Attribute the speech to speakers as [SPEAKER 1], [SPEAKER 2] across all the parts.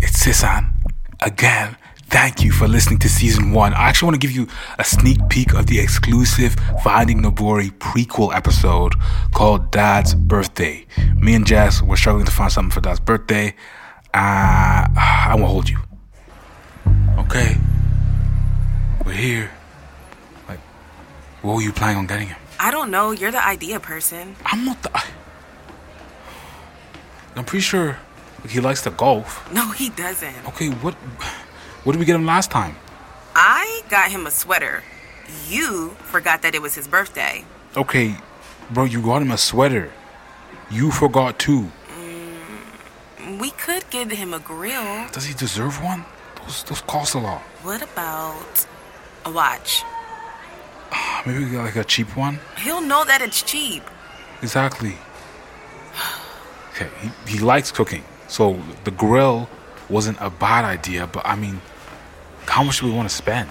[SPEAKER 1] Sisan, again, thank you for listening to season one. I actually want to give you a sneak peek of the exclusive Finding Nobori prequel episode called Dad's Birthday. Me and Jess were struggling to find something for Dad's birthday. Uh, I won't hold you. Okay, we're here. Like, what were you planning on getting him?
[SPEAKER 2] I don't know. You're the idea person.
[SPEAKER 1] I'm not the. I'm pretty sure he likes to golf.
[SPEAKER 2] No, he doesn't.
[SPEAKER 1] Okay, what what did we get him last time?
[SPEAKER 2] I got him a sweater. You forgot that it was his birthday.
[SPEAKER 1] Okay, bro, you got him a sweater. You forgot too.
[SPEAKER 2] We could give him a grill.
[SPEAKER 1] Does he deserve one? Those those cost a lot.
[SPEAKER 2] What about a watch?
[SPEAKER 1] Ah, Maybe we get like a cheap one.
[SPEAKER 2] He'll know that it's cheap.
[SPEAKER 1] Exactly. Okay, he, he likes cooking, so the grill wasn't a bad idea. But I mean, how much do we want to spend?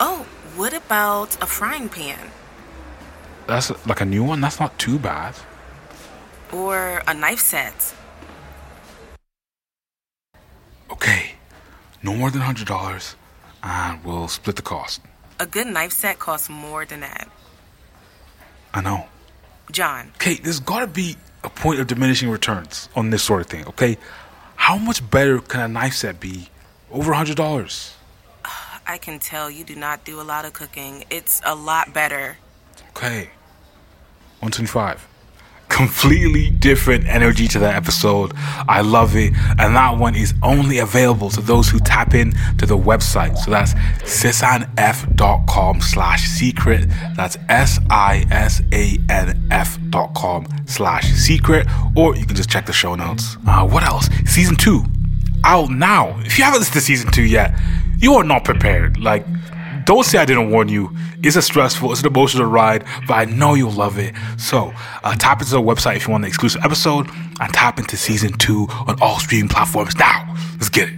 [SPEAKER 2] Oh, what about a frying pan?
[SPEAKER 1] That's like a new one. That's not too bad.
[SPEAKER 2] Or a knife set?
[SPEAKER 1] Okay, no more than hundred dollars, and we'll split the cost.
[SPEAKER 2] A good knife set costs more than that.
[SPEAKER 1] I know.
[SPEAKER 2] John,
[SPEAKER 1] Okay, there's got to be a point of diminishing returns on this sort of thing. Okay, how much better can a knife set be? Over a hundred dollars.
[SPEAKER 2] I can tell you do not do a lot of cooking. It's a lot better.
[SPEAKER 1] Okay. 125. Completely different energy to that episode. I love it. And that one is only available to those who tap in to the website. So that's sisanf.com slash secret. That's S-I-S-A-N-F dot com slash secret. Or you can just check the show notes. Uh, what else? Season two. Out now. If you haven't listened to season two yet, you are not prepared. Like don't say I didn't warn you. It's a stressful, it's an emotional ride, but I know you'll love it. So, uh, tap into the website if you want the exclusive episode and tap into season two on all streaming platforms now. Let's get it.